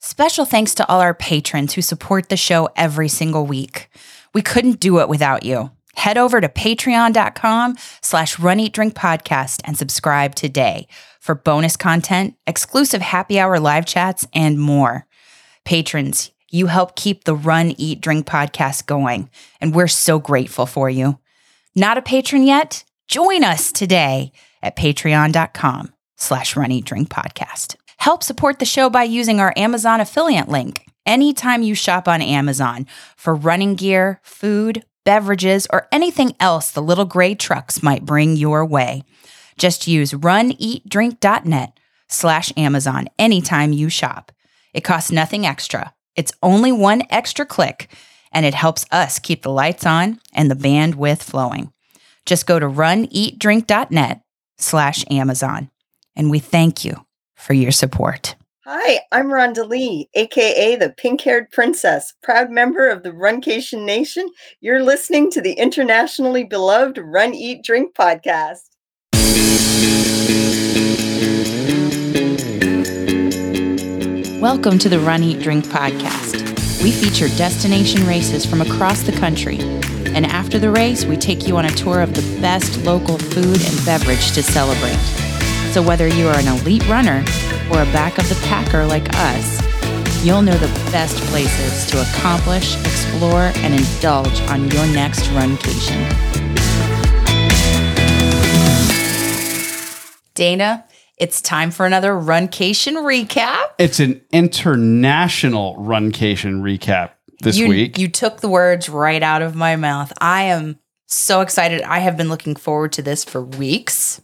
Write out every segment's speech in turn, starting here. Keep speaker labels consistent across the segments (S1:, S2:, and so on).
S1: Special thanks to all our patrons who support the show every single week. We couldn't do it without you. Head over to patreon.com slash run eat drink podcast and subscribe today for bonus content, exclusive happy hour live chats, and more. Patrons, you help keep the Run Eat Drink podcast going, and we're so grateful for you. Not a patron yet? Join us today at patreon.com slash run eat drink podcast. Help support the show by using our Amazon affiliate link. Anytime you shop on Amazon for running gear, food, beverages, or anything else the little gray trucks might bring your way, just use runeatdrink.net slash Amazon anytime you shop. It costs nothing extra. It's only one extra click, and it helps us keep the lights on and the bandwidth flowing. Just go to runeatdrink.net slash Amazon, and we thank you for your support.
S2: Hi, I'm Rhonda Lee, aka the pink haired princess, proud member of the Runcation Nation. You're listening to the internationally beloved Run Eat Drink podcast.
S1: Welcome to the Run Eat Drink podcast. We feature destination races from across the country. And after the race, we take you on a tour of the best local food and beverage to celebrate. So whether you are an elite runner or a back of the packer like us, you'll know the best places to accomplish, explore, and indulge on your next runcation. Dana, it's time for another runcation recap.
S3: It's an international runcation recap this
S1: you,
S3: week.
S1: You took the words right out of my mouth. I am so excited. I have been looking forward to this for weeks.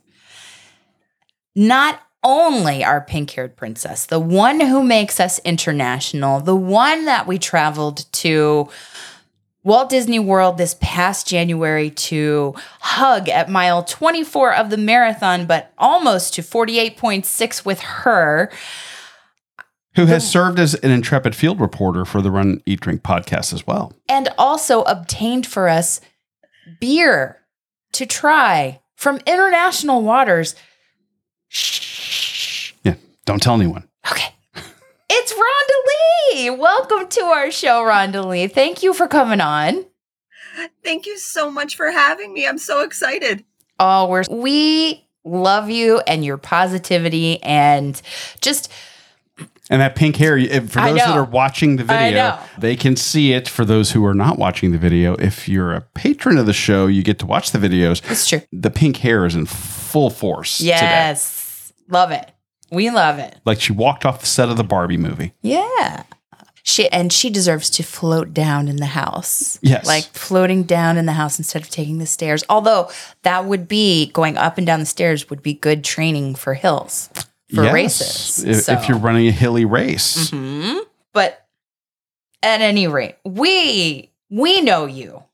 S1: Not only our pink haired princess, the one who makes us international, the one that we traveled to Walt Disney World this past January to hug at mile 24 of the marathon, but almost to 48.6 with her.
S3: who has served as an intrepid field reporter for the Run Eat Drink podcast as well.
S1: and also obtained for us beer to try from international waters. Shh.
S3: Yeah, don't tell anyone.
S1: Okay. It's Rhonda Lee. Welcome to our show, Rhonda Lee. Thank you for coming on.
S2: Thank you so much for having me. I'm so excited.
S1: Oh, we're we love you and your positivity and just
S3: And that pink hair, if- for
S1: I
S3: those that
S1: know.
S3: are watching the
S1: I know.
S3: video, they can see it. For those who are not watching the video, if you're a patron of the show, you get to watch the videos.
S1: it's true.
S3: The pink hair is in full force today.
S1: Yes. Love it. We love it.
S3: Like she walked off the set of the Barbie movie.
S1: Yeah. She and she deserves to float down in the house.
S3: Yes.
S1: Like floating down in the house instead of taking the stairs. Although that would be going up and down the stairs would be good training for hills for
S3: Yes,
S1: races.
S3: If,
S1: So-
S3: if you're running a hilly race.
S1: Mhm. But at any rate, we we know you.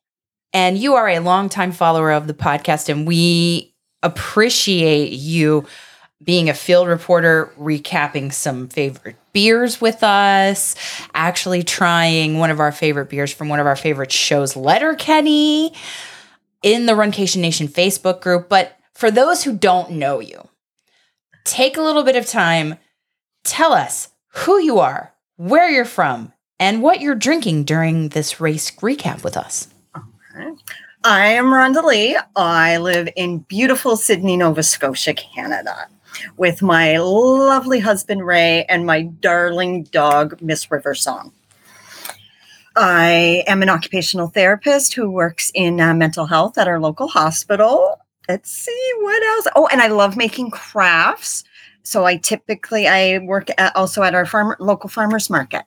S1: And you are a longtime follower of the podcast and we appreciate you being a field reporter, recapping some favorite beers with us, actually trying one of our favorite beers from one of our favorite shows, Letterkenny, in the Runcation Nation Facebook group. But for those who don't know you, take a little bit of time, tell us who you are, where you're from, and what you're drinking during this race recap with us.
S2: I am Rhonda Lee. I live in beautiful Sydney, Nova Scotia, Canada, with my lovely husband Ray and my darling dog Miss Riversong. I am an occupational therapist who works in uh, mental health at our local hospital. Let's see what else. Oh, and I love making crafts. So I typically I work at, also at our farm, local farmers market,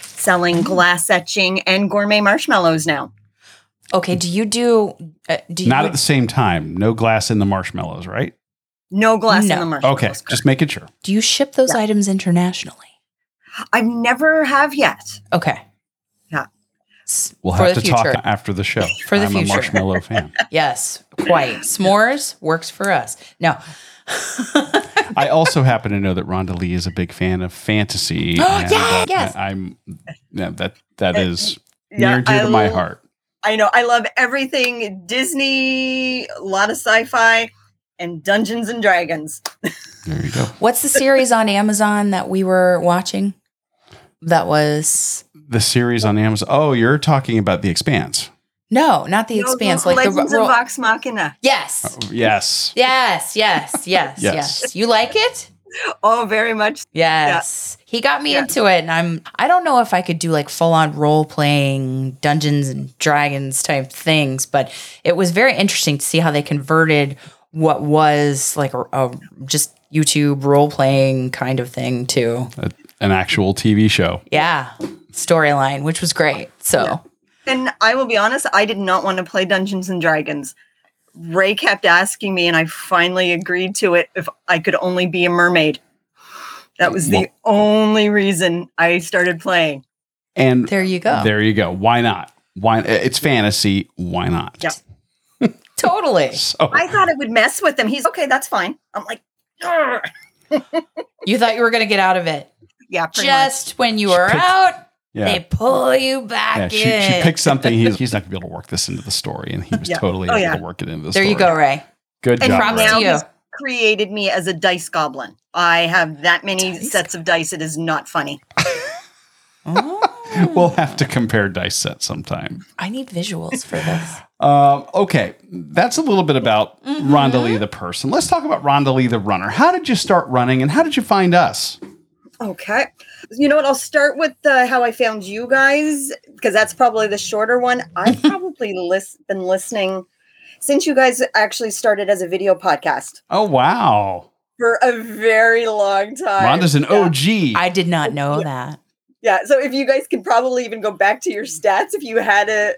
S2: selling glass etching and gourmet marshmallows now.
S1: Okay, do you do uh, do you
S3: Not at the same time. No glass in the marshmallows, right?
S2: No glass in
S1: No.
S2: the marshmallows.
S3: Okay,
S2: correct.
S3: just making sure.
S1: do you ship those
S2: Yeah.
S1: items internationally?
S2: I've never have yet.
S1: Okay.
S2: Yeah.
S1: S-
S3: We'll
S1: for
S3: have
S1: the
S3: to
S1: future.
S3: talk after the show.
S1: For the
S3: I'm
S1: future.
S3: a marshmallow fan.
S1: Yes, quite. S'mores works for us. No.
S3: I also happen to know that Rhonda Lee is a big fan of fantasy.
S1: Oh,
S3: and,
S1: yeah,
S3: uh,
S1: yes.
S3: I, am that that is near
S2: Yeah,
S3: and dear
S2: I
S3: to my
S2: l-
S3: heart.
S2: I know. I love everything Disney, a lot of sci-fi, and Dungeons and Dragons.
S3: There you go.
S1: What's the series on Amazon that we were watching? that was
S3: The series on Amazon. Oh, you're talking about The Expanse.
S1: no, not the
S2: No, no,
S1: expanse, like the
S2: Legends
S1: ro-
S2: of Vox Machina.
S1: yes,
S3: Yes.
S1: yes, yes, yes,
S3: Yes.
S1: yes. You like it?
S2: Oh, very much.
S1: Yes. He got me
S2: Yeah.
S1: into it and I'm I don't know if I could do like full on role playing Dungeons and Dragons type things, but it was very interesting to see how they converted what was like a, a- just YouTube role playing kind of thing to
S3: A- an actual TV show.
S1: yeah, storyline, which was great. So,
S2: And I will be honest, I did not want to play Dungeons and Dragons. Ray kept asking me, and I finally agreed to it if I could only be a mermaid. That was the only reason I started playing.
S3: And
S1: there you go.
S3: there you go. Why not? Why it's fantasy. Why not?
S2: Yeah.
S1: Totally.
S3: So
S2: I thought it would mess with him. He's okay, that's fine. I'm like, "Argh."
S1: You thought you were going to get out of it.
S2: yeah, pretty much.
S1: Just when you
S3: She
S1: were
S3: picked-
S1: out,
S3: yeah.
S1: they pull you back
S3: Yeah, she,
S1: in.
S3: she picked something. He's, he's not gonna be able to work this into the story, and he was
S2: Yeah.
S3: totally
S2: Oh,
S3: able
S2: yeah.
S3: to work it into the
S1: there
S3: story.
S1: you go, Ray.
S3: Good
S2: And
S3: job.
S1: Props
S3: Ray.
S2: now
S1: to you.
S2: he's created me as a dice goblin. I have that many
S1: Dice
S2: sets of dice. It is not funny.
S1: Oh.
S3: We'll have to compare dice sets sometime.
S1: I need visuals for this.
S3: Um, okay, that's a little bit about
S1: Mhm.
S3: Rondalee the person. Let's talk about Rondalee the runner. How did you start running, and how did you find us?
S2: Okay. You know what? I'll start with the, how I found you guys because that's probably the shorter one. I've probably lis- been listening since you guys actually started as a video podcast
S3: Oh wow,
S2: for a very long time.
S3: Rhonda's an
S2: Yeah.
S3: OG.
S1: I did not know that.
S2: Yeah. So if you guys can probably even go back to your stats, if you had a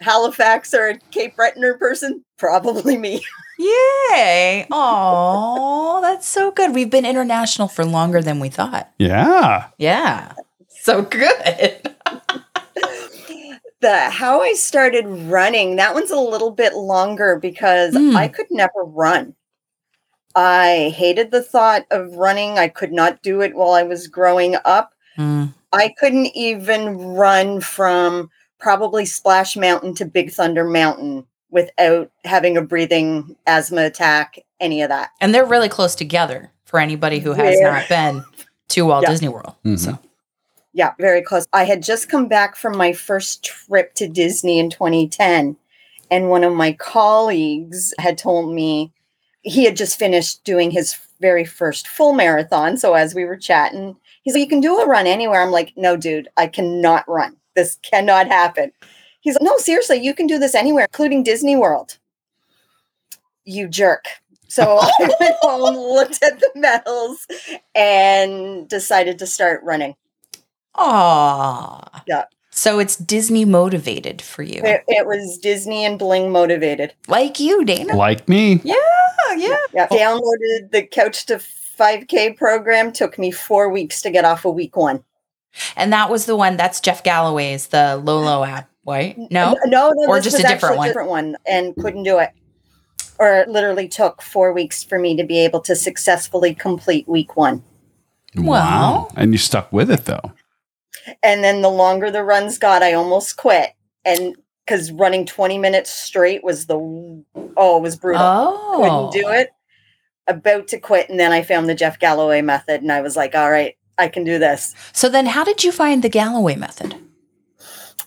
S2: Halifax or a Cape Bretoner person, probably me.
S1: Yay. Oh, that's so good. We've been international for longer than we thought.
S3: yeah.
S1: Yeah. So good.
S2: The how I started running, that one's a little bit longer because
S1: Hmm.
S2: I could never run. I hated the thought of running. I could not do it while I was growing up.
S1: Mm.
S2: I couldn't even run from probably Splash Mountain to Big Thunder Mountain without having a breathing asthma attack, any of that.
S1: And they're really close together for anybody who has
S2: Yeah.
S1: not been to Walt
S2: Yeah.
S1: Disney World.
S3: Mhm.
S1: So
S2: Yeah, very close. I had just come back from my first trip to Disney in 2010, and one of my colleagues had told me he had just finished doing his very first full marathon. So as we were chatting, he's like, You can do a run anywhere. I'm like, No, dude, I cannot run. This cannot happen. He's like, No, seriously, you can do this anywhere, including Disney World. You jerk. So I went home, looked at the medals, and decided to start running.
S1: Aw.
S2: Yeah.
S1: So it's Disney motivated for you.
S2: It, it was Disney and Bling motivated.
S1: Like you, Dana.
S3: Like me.
S1: Oh, yeah.
S2: Yeah. Downloaded the Couch to 5K program. Took me four weeks to get off of week one.
S1: And that was the one that's Jeff Galloway's the Lolo app, right? No.
S2: N- no, no.
S1: Or
S2: this
S1: just
S2: was
S1: a different
S2: actually
S1: one?
S2: different one, and couldn't do it. Or it literally took four weeks for me to be able to successfully complete week one.
S1: Well.
S3: And you stuck with it though.
S2: And then the longer the runs got, I almost quit. And because running 20 minutes straight was the oh, it was brutal.
S1: Oh.
S2: couldn't do it about to quit and then i found the jeff galloway method and i was like all right i can do this
S1: So then how did you find the Galloway method?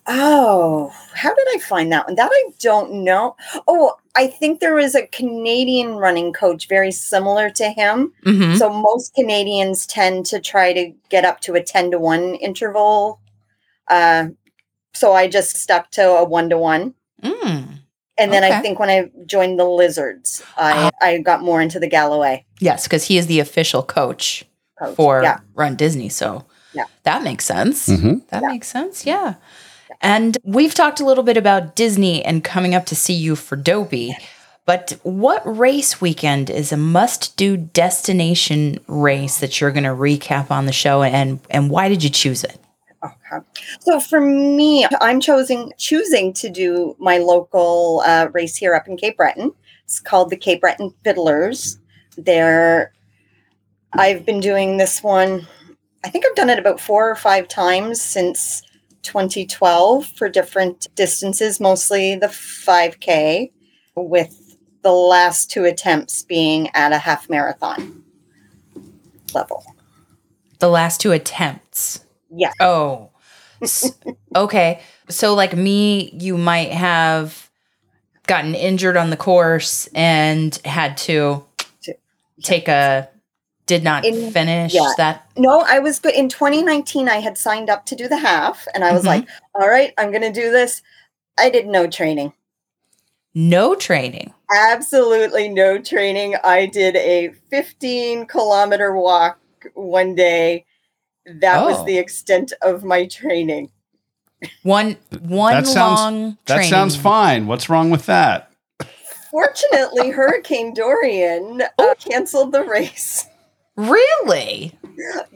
S2: oh how did i find that one that i don't know oh i think there is a canadian running coach very similar to him
S1: Mm-hmm.
S2: so most canadians tend to try to get up to a 10 to 1 interval uh, so i just stuck to a 1 to 1
S1: Mm.
S2: and then
S1: Okay. Uh-huh.
S2: i think when i joined the lizards i, I got more into the galloway
S1: Yes, because he is the official coach
S2: coach
S1: for
S2: yeah
S1: Run Disney. So
S2: Yeah.
S1: that makes sense.
S3: Mm-hmm.
S1: That
S2: Yeah.
S1: makes sense. Yeah. And we've talked a little bit about Disney and coming up to see you for Dopey. But what race weekend is a must do destination race that you're going to recap on the show? And, and why did you choose it?
S2: Okay. So for me, I'm choosing choosing to do my local uh, race here up in Cape Breton. It's called the Cape Breton Fiddlers. They're I've been doing this one. I think I've done it about four or five times since 2012 for different distances, mostly the 5K, with the last two attempts being at a half marathon level.
S1: The last two attempts.
S2: Yeah.
S1: Oh, S- okay. So, like me, you might have gotten injured on the course and had to
S2: To-
S1: take a did not
S2: In-
S1: finish
S2: yeah.
S1: that.
S2: No, I was good. In 2019, I had signed up to do the half, and I was
S1: Mhm.
S2: like, all right, I'm going to do this. I did no training.
S1: No training.
S2: Absolutely no training. I did a 15 kilometer walk one day. That
S1: Oh.
S2: was the extent of my training.
S1: One one
S3: That sounds-
S1: long.
S3: That
S1: training.
S3: sounds fine. What's wrong with that?
S2: Fortunately, Hurricane Dorian
S1: Oh.
S2: uh, canceled the race.
S1: Really?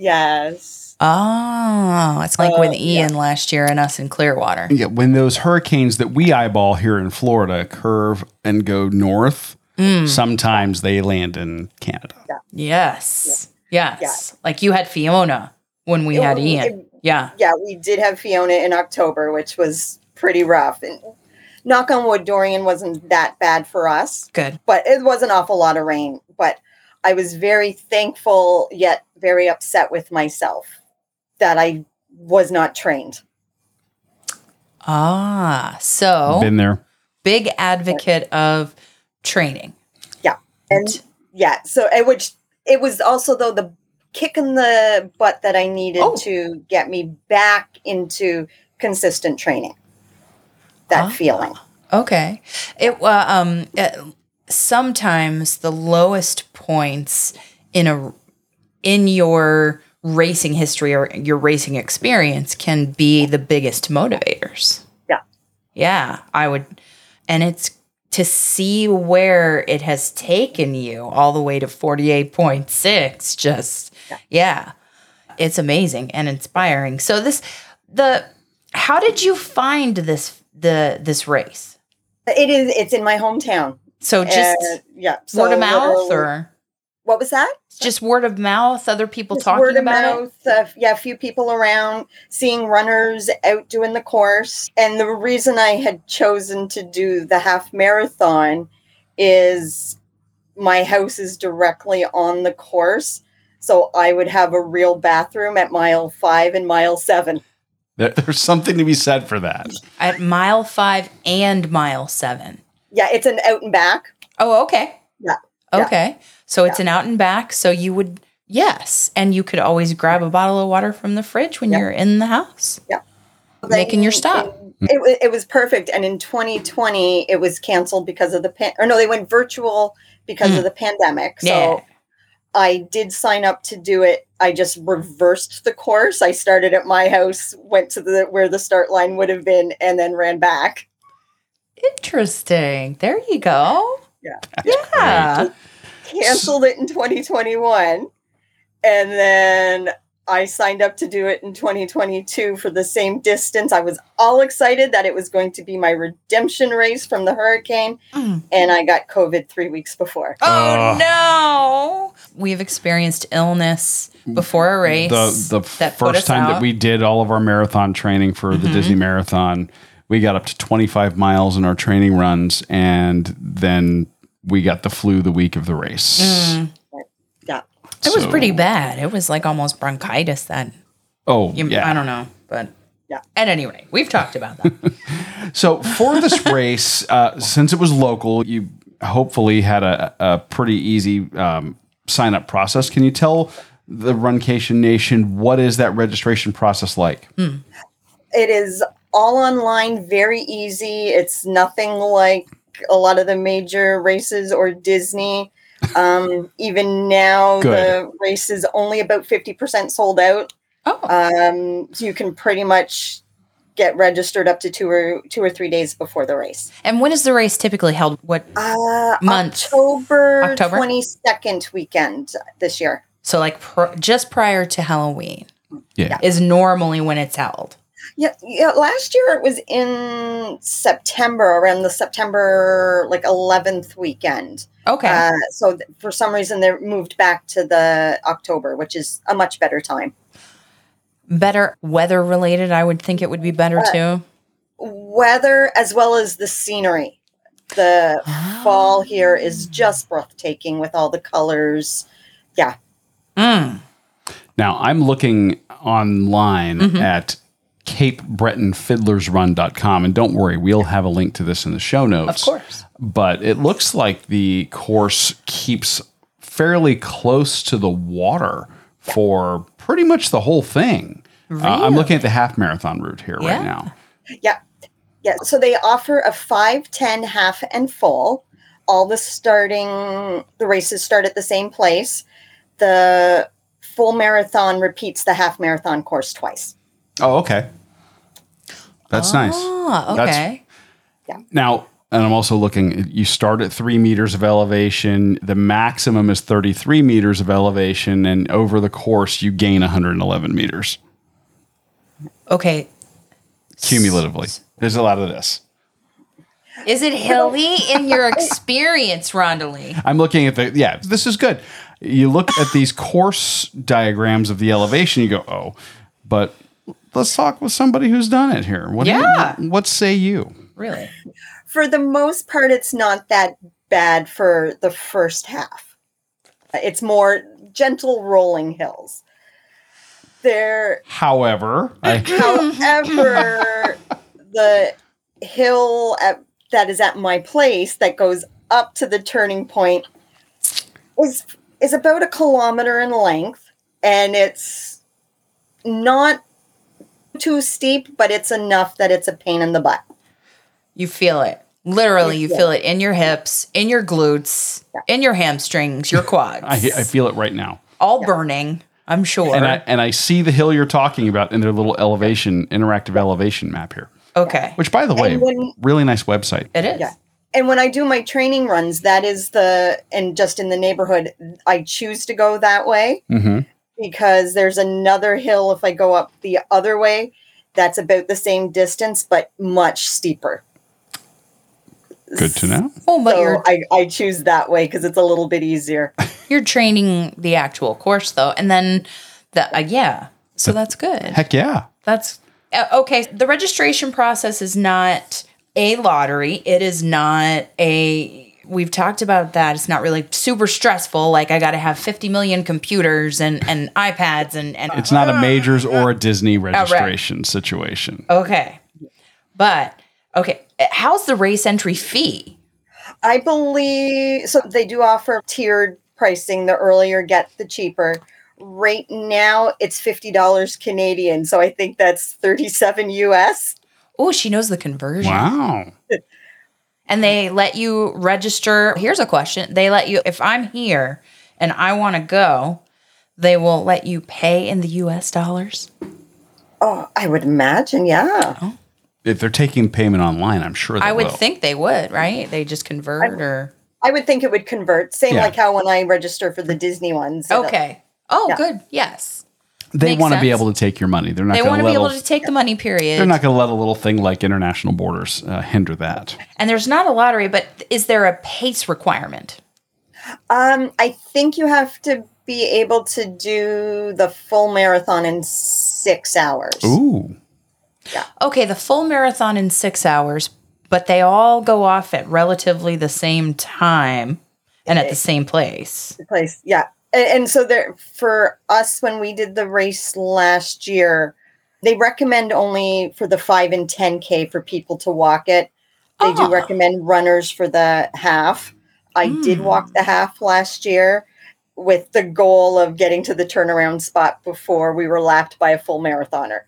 S2: Yes.
S1: Oh, it's like with
S2: Uh, yeah.
S1: Ian last year and us in Clearwater.
S3: Yeah, when those hurricanes that we eyeball here in Florida curve and go north,
S1: Mm,
S3: sometimes they land in Canada.
S1: yes. Yes. Like you had Fiona when we
S2: It-
S1: had Ian.
S2: it-
S1: yeah.
S2: yeah, we did have Fiona in October, which was pretty rough. And knock on wood, Dorian wasn't that bad for us,
S1: Good.
S2: but it was an awful lot of rain. But I was very thankful, yet very upset with myself that I was not trained.
S1: Ah, so
S3: Been there.
S1: big advocate of training.
S2: And yeah, so and which it was also though the kick in the butt that I needed
S1: Oh.
S2: to get me back into consistent training. That
S1: Ah.
S2: feeling.
S1: Okay. It uh, um uh, sometimes the lowest points in a in your racing history or your racing experience can be the biggest motivators.
S2: Yeah.
S1: Yeah, I would and it's to see where it has taken you all the way to 48.6 just yeah. It's amazing and inspiring. So this the how did you find this the this race?
S2: It is it's in my hometown.
S1: So Oh, just
S2: Uh, yeah,
S1: word of mouth,
S2: literally-
S1: or
S2: what was that?
S1: just word of mouth, other people
S2: Just
S1: talking
S2: word of
S1: about it.
S2: mouth. Uh, yeah, a few people around, seeing runners out doing the course. And the reason I had chosen to do the half marathon is my house is directly on the course. So I would have a real bathroom at mile five and mile seven.
S3: There- There's something to be said for that.
S1: at mile five and mile seven.
S2: Yeah, it's an out and back.
S1: Oh, okay.
S2: Yeah. Yeah.
S1: Okay. So it's an out and back. So you would yes, and you could always grab a bottle of water from the fridge when
S2: Yeah.
S1: you're in the house. Making
S2: Then
S1: your stop.
S2: It, it, wa- it was perfect. And in 2020, it was canceled because of the pan. Or no, they went virtual because
S1: Mm.
S2: of the pandemic. So
S1: Yeah.
S2: I did sign up to do it. I just reversed the course. I started at my house, went to the where the start line would have been, and then ran back.
S1: Interesting. There you go.
S2: Yeah.
S1: Yeah.
S2: Canceled it in 2021, and then I signed up to do it in 2022 for the same distance. I was all excited that it was going to be my redemption race from the hurricane,
S1: Mm.
S2: and I got COVID three weeks before.
S1: Oh
S3: Ugh.
S1: no. We've experienced illness before a race.
S3: The the
S1: that put us
S3: first time
S1: out.
S3: that we did all of our marathon training for the
S1: Mhm.
S3: Disney Marathon, we got up to 25 miles in our training runs, and then we got the flu the week of the race.
S1: Mm.
S2: Yeah.
S1: It was
S3: So-
S1: pretty bad. It was like almost bronchitis that
S3: Oh,
S1: you,
S3: yeah.
S1: I don't know, but
S2: Yeah.
S1: At any rate, we've talked about that.
S3: So for this race, uh, since it was local, you hopefully had a, a pretty easy um, sign up process. Can you tell the Runcation Nation what is that registration process like?
S2: It is all online, very easy. It's nothing like a lot of the major races or Disney. Um, even now, the race is only about 50% sold out.
S1: oh,
S2: Um, so you can pretty much get registered up to two or two or three days before the race.
S1: and when is the race typically held? What?
S2: Uh,
S1: Month.
S2: October,
S1: October?
S2: 22nd weekend this year.
S1: So like pr- just prior to Halloween.
S3: Yeah.
S1: Is normally when it's held.
S2: Yeah, yeah. Last year it was in September, around the September like 11th weekend.
S1: Okay.
S2: Uh, so th- for some reason they moved back to the October, which is a much better time.
S1: better weather related. I would think it would be better too.
S2: Weather as well as the scenery. The fall here is just breathtaking with all the colors.
S1: Mm.
S3: Now I'm looking online
S1: Mm-hmm.
S3: at capebrettonfiddlersrun.com and don't worry, we'll have a link to this in the show notes. Of
S1: course.
S3: But it looks like the course keeps fairly close to the water for pretty much the whole thing. Uh, I'm looking at the half marathon route here right
S1: Yeah.
S3: now.
S2: Yeah. Yeah. So they offer a 5, 10, half, and full. All the starting, the races start at the same place. The full marathon repeats the half marathon course twice.
S3: Oh, okay. That's nice.
S1: Ah,
S3: That's-
S1: okay.
S3: Now, and I'm also looking, you start at three meters of elevation. The maximum is 33 meters of elevation. And over the course, you gain 111 meters
S1: Okay.
S3: cumulatively. There's a lot of this.
S1: Is it hilly in your experience, Rondalee?
S3: I'm looking at the, yeah, this is good. You look at these course diagrams of the elevation, you go, oh, but let's talk with somebody who's done it here. What do you-
S1: Yeah.
S3: what say you?
S1: Really?
S2: For the most part, it's not that bad for the first half. It's more gentle rolling hills. There,
S3: However, I,
S2: However, the hill at, that is at my place that goes up to the turning point is is about a kilometer in length, and it's not too steep, but it's enough that it's a pain in the butt.
S1: You feel it. Literally, you feel it in your hips, in your glutes, in your hamstrings, your quads.
S3: I, I feel it right now.
S1: all burning, I'm sure.
S3: and I and I see the hill you're talking about in their little elevation interactive elevation map here.
S1: okay.
S3: Which, by the way,
S2: And when-
S3: really nice website.
S1: it is.
S2: Yeah. And when I do my training runs, that is the and just in the neighborhood, I choose to go that way.
S3: Mm-hmm.
S2: because there's another hill if I go up the other way that's about the same distance but much steeper.
S3: Good to know.
S1: Oh, but
S2: So
S1: you're
S2: I, I choose that way because it's a little bit easier.
S1: you're training the actual course though, and then the uh, yeah. So that's good.
S3: Heck yeah!
S1: That's uh, okay. The registration process is not a lottery. It is not a. We've talked about that. It's not really super stressful. Like I got to have 50 million computers and and iPads and and
S3: It's not a majors or a Disney registration situation.
S1: okay. But okay, how's the race entry fee?
S2: I believe so they do offer tiered pricing. The earlier you get the cheaper. Right now it's fifty dollars Canadian. So I think that's thirty-seven US.
S1: Oh, she knows the conversion.
S3: Wow.
S1: and they let you register. Here's a question. They let you, if I'm here and I want to go, they will let you pay in the US dollars.
S2: Oh, I would imagine, yeah.
S3: If they're taking payment online, I'm sure they
S1: I would
S3: will.
S1: think they would, right? They just convert or.
S2: I would think it would convert, same
S3: Yeah.
S2: like how when I register for the Disney ones. it'll-
S1: Okay. Oh,
S2: Yeah.
S1: good. Yes.
S3: they
S1: makes
S3: want to be
S1: sense.
S3: able to take your money. They're not
S1: They
S3: going
S1: want
S3: to
S1: to be
S3: let.
S1: able
S3: a-
S1: to take the money, period.
S3: They're not going to let a little thing like international borders uh, hinder that.
S1: and there's not a lottery, but is there a pace requirement?
S2: Um, I think you have to be able to do the full marathon in six hours.
S3: Ooh,
S1: Okay, the full marathon in six hours, but they all go off at relatively the same time and at the same place.
S2: Place, yeah. And, and so there, for us, when we did the race last year, they recommend only for the five and ten k for people to walk it. They
S1: Ah.
S2: do recommend runners for the half. I did
S1: Hmm.
S2: walk the half last year with the goal of getting to the turnaround spot before we were lapped by a full marathoner.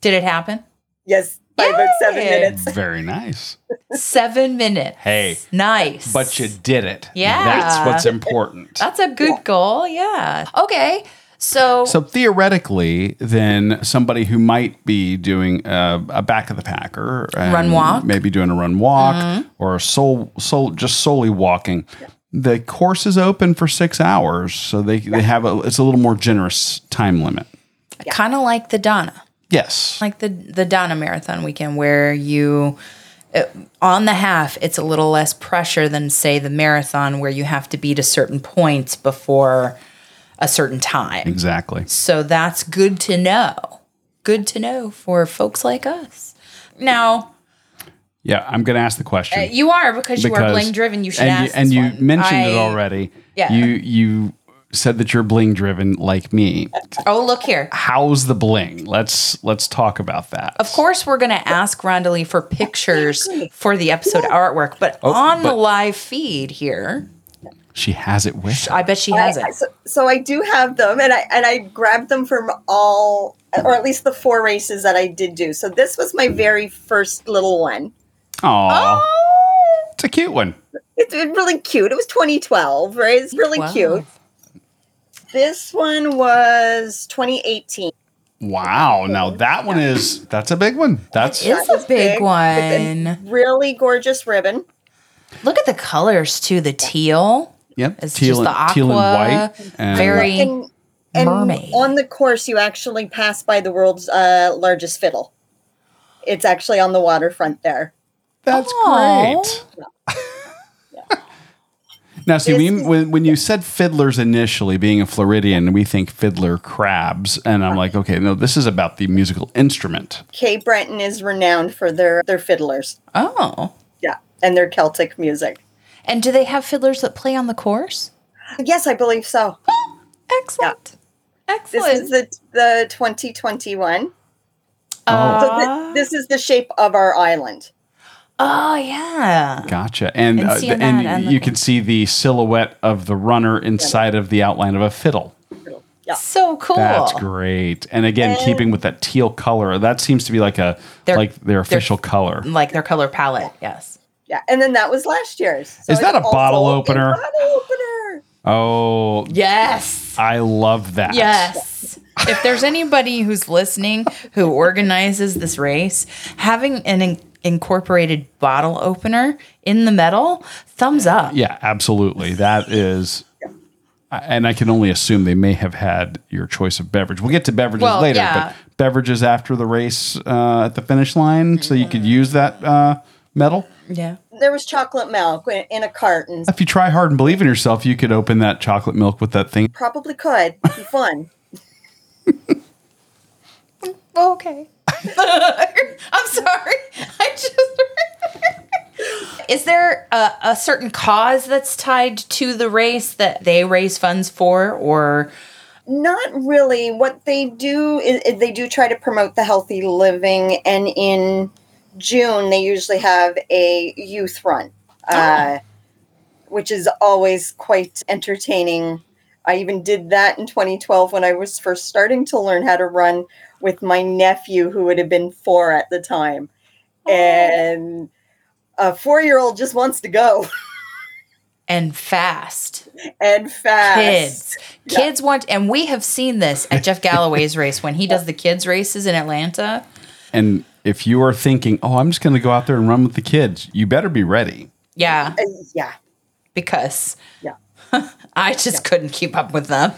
S1: Did it happen?
S2: Yes, by about seven
S1: Yay.
S2: minutes.
S3: very nice.
S1: Seven minutes.
S3: Hey.
S1: Nice.
S3: But you did it.
S1: Yeah.
S3: that's what's important.
S1: That's a good goal. Yeah. Okay. So,
S3: So theoretically, then somebody who might be doing a, a back of the packer and
S1: Run walk. Mm-hmm.
S3: maybe doing a run walk or a soul, soul just solely walking. The course is open for six hours, so they they have a it's a little more generous time limit.
S1: kind of like the Donna,
S3: Yes,
S1: like the the Donna marathon weekend, where you uh, on the half, it's a little less pressure than say the marathon, where you have to beat a certain point before a certain time.
S3: exactly.
S1: So that's good to know. Good to know for folks like us. Now uh,
S3: Yeah, I'm going to ask the question.
S1: you are because, you are bling driven. You should
S3: and
S1: ask.
S3: You, and
S1: this
S3: you
S1: one.
S3: mentioned
S1: I-
S3: it already.
S1: Yeah.
S3: You you said that you're bling driven like me.
S1: Oh, look here.
S3: How's the bling? Let's let's talk about that.
S1: Of course, we're going to ask Rondalee for pictures for the episode artwork, but on the
S3: Oh, but-
S1: live feed here,
S3: She has it with her.
S1: I bet she has
S2: I-
S1: it.
S2: so, so I do have them, and I and I grabbed them from all, or at least the four races that I did do. So this was my very first little one.
S3: Aw.
S1: oh!
S3: It's a cute one.
S2: It's really cute. It was 2012, right? It's really
S1: Wow.
S2: cute. This one was 2018.
S3: Wow. Now that one is that's a big one. That's
S1: It's
S2: That
S1: a
S2: was
S1: big
S2: big.
S1: one.
S2: Really gorgeous ribbon.
S1: Look at the colors too. The teal.
S3: yep.
S1: It's
S3: teal,
S1: just
S3: and-
S1: the
S3: teal and
S1: aqua,
S3: white. And
S1: Very
S2: And, and
S1: mermaid.
S2: on the course, you actually pass by the world's uh, largest fiddle. It's actually on the waterfront there.
S3: that's
S1: Aw.
S3: great. Now, see, we, when, when you said fiddlers initially, being a Floridian, we think fiddler crabs. And I'm like, okay, no, this is about the musical instrument.
S2: Cape Breton is renowned for their their fiddlers.
S1: Oh.
S2: Yeah, and their Celtic music.
S1: And do they have fiddlers that play on the course?
S2: Yes, I believe so.
S1: Excellent.
S2: This
S1: Excellent.
S2: is the the 2021.
S3: Oh,
S2: So thi- this is uh, the shape of our island.
S1: oh yeah.
S3: gotcha. And,
S1: And
S3: uh,
S1: see
S3: th-
S1: on
S3: and
S1: that, on
S3: you
S1: the
S3: can see the silhouette of the runner inside of the outline of a fiddle.
S2: Yeah.
S1: So cool.
S3: That's great. And again, keeping with that teal color, that seems to be like a
S1: They're-
S3: like their official color.
S1: Like their color palette. Yes.
S2: Yeah, and then that was last year's. So
S3: Is that
S2: it's
S3: a bottle
S2: also a
S3: opener?
S2: bottle opener.
S3: Oh,
S1: Yes.
S3: I love that.
S1: Yes. If there's anybody who's listening who organizes this race, having an in- incorporated bottle opener in the medal, thumbs up.
S3: Yeah, absolutely. That is. And I can only assume they may have had your choice of beverage. We'll get to beverages
S1: Well,
S3: later,
S1: yeah.
S3: but beverages after the race uh, at the finish line, so you could use that uh, medal.
S1: Yeah.
S2: There was chocolate milk in in a carton.
S3: If you try hard and believe in yourself, you could open that chocolate milk with that thing.
S2: Probably could be fun.
S1: Okay. I'm sorry. I just. Is there a, a certain cause that's tied to the race that they raise funds for, or
S2: Not really. What they do is is they do try to promote the healthy living, and in June they usually have a youth run, uh, which is always quite entertaining. I even did that in 2012 when I was first starting to learn how to run with my nephew, who would have been four at the time, and a four-year-old just wants to go
S1: and fast
S2: and fast.
S1: kids? Kids want, and we have seen this at Jeff Galloway's race when he does the kids races in Atlanta.
S3: And if you are thinking, "Oh, I'm just going to go out there and run with the kids," you better be ready.
S1: Yeah,
S2: Uh, Yeah.
S1: because
S2: Yeah.
S1: I just couldn't keep up with them.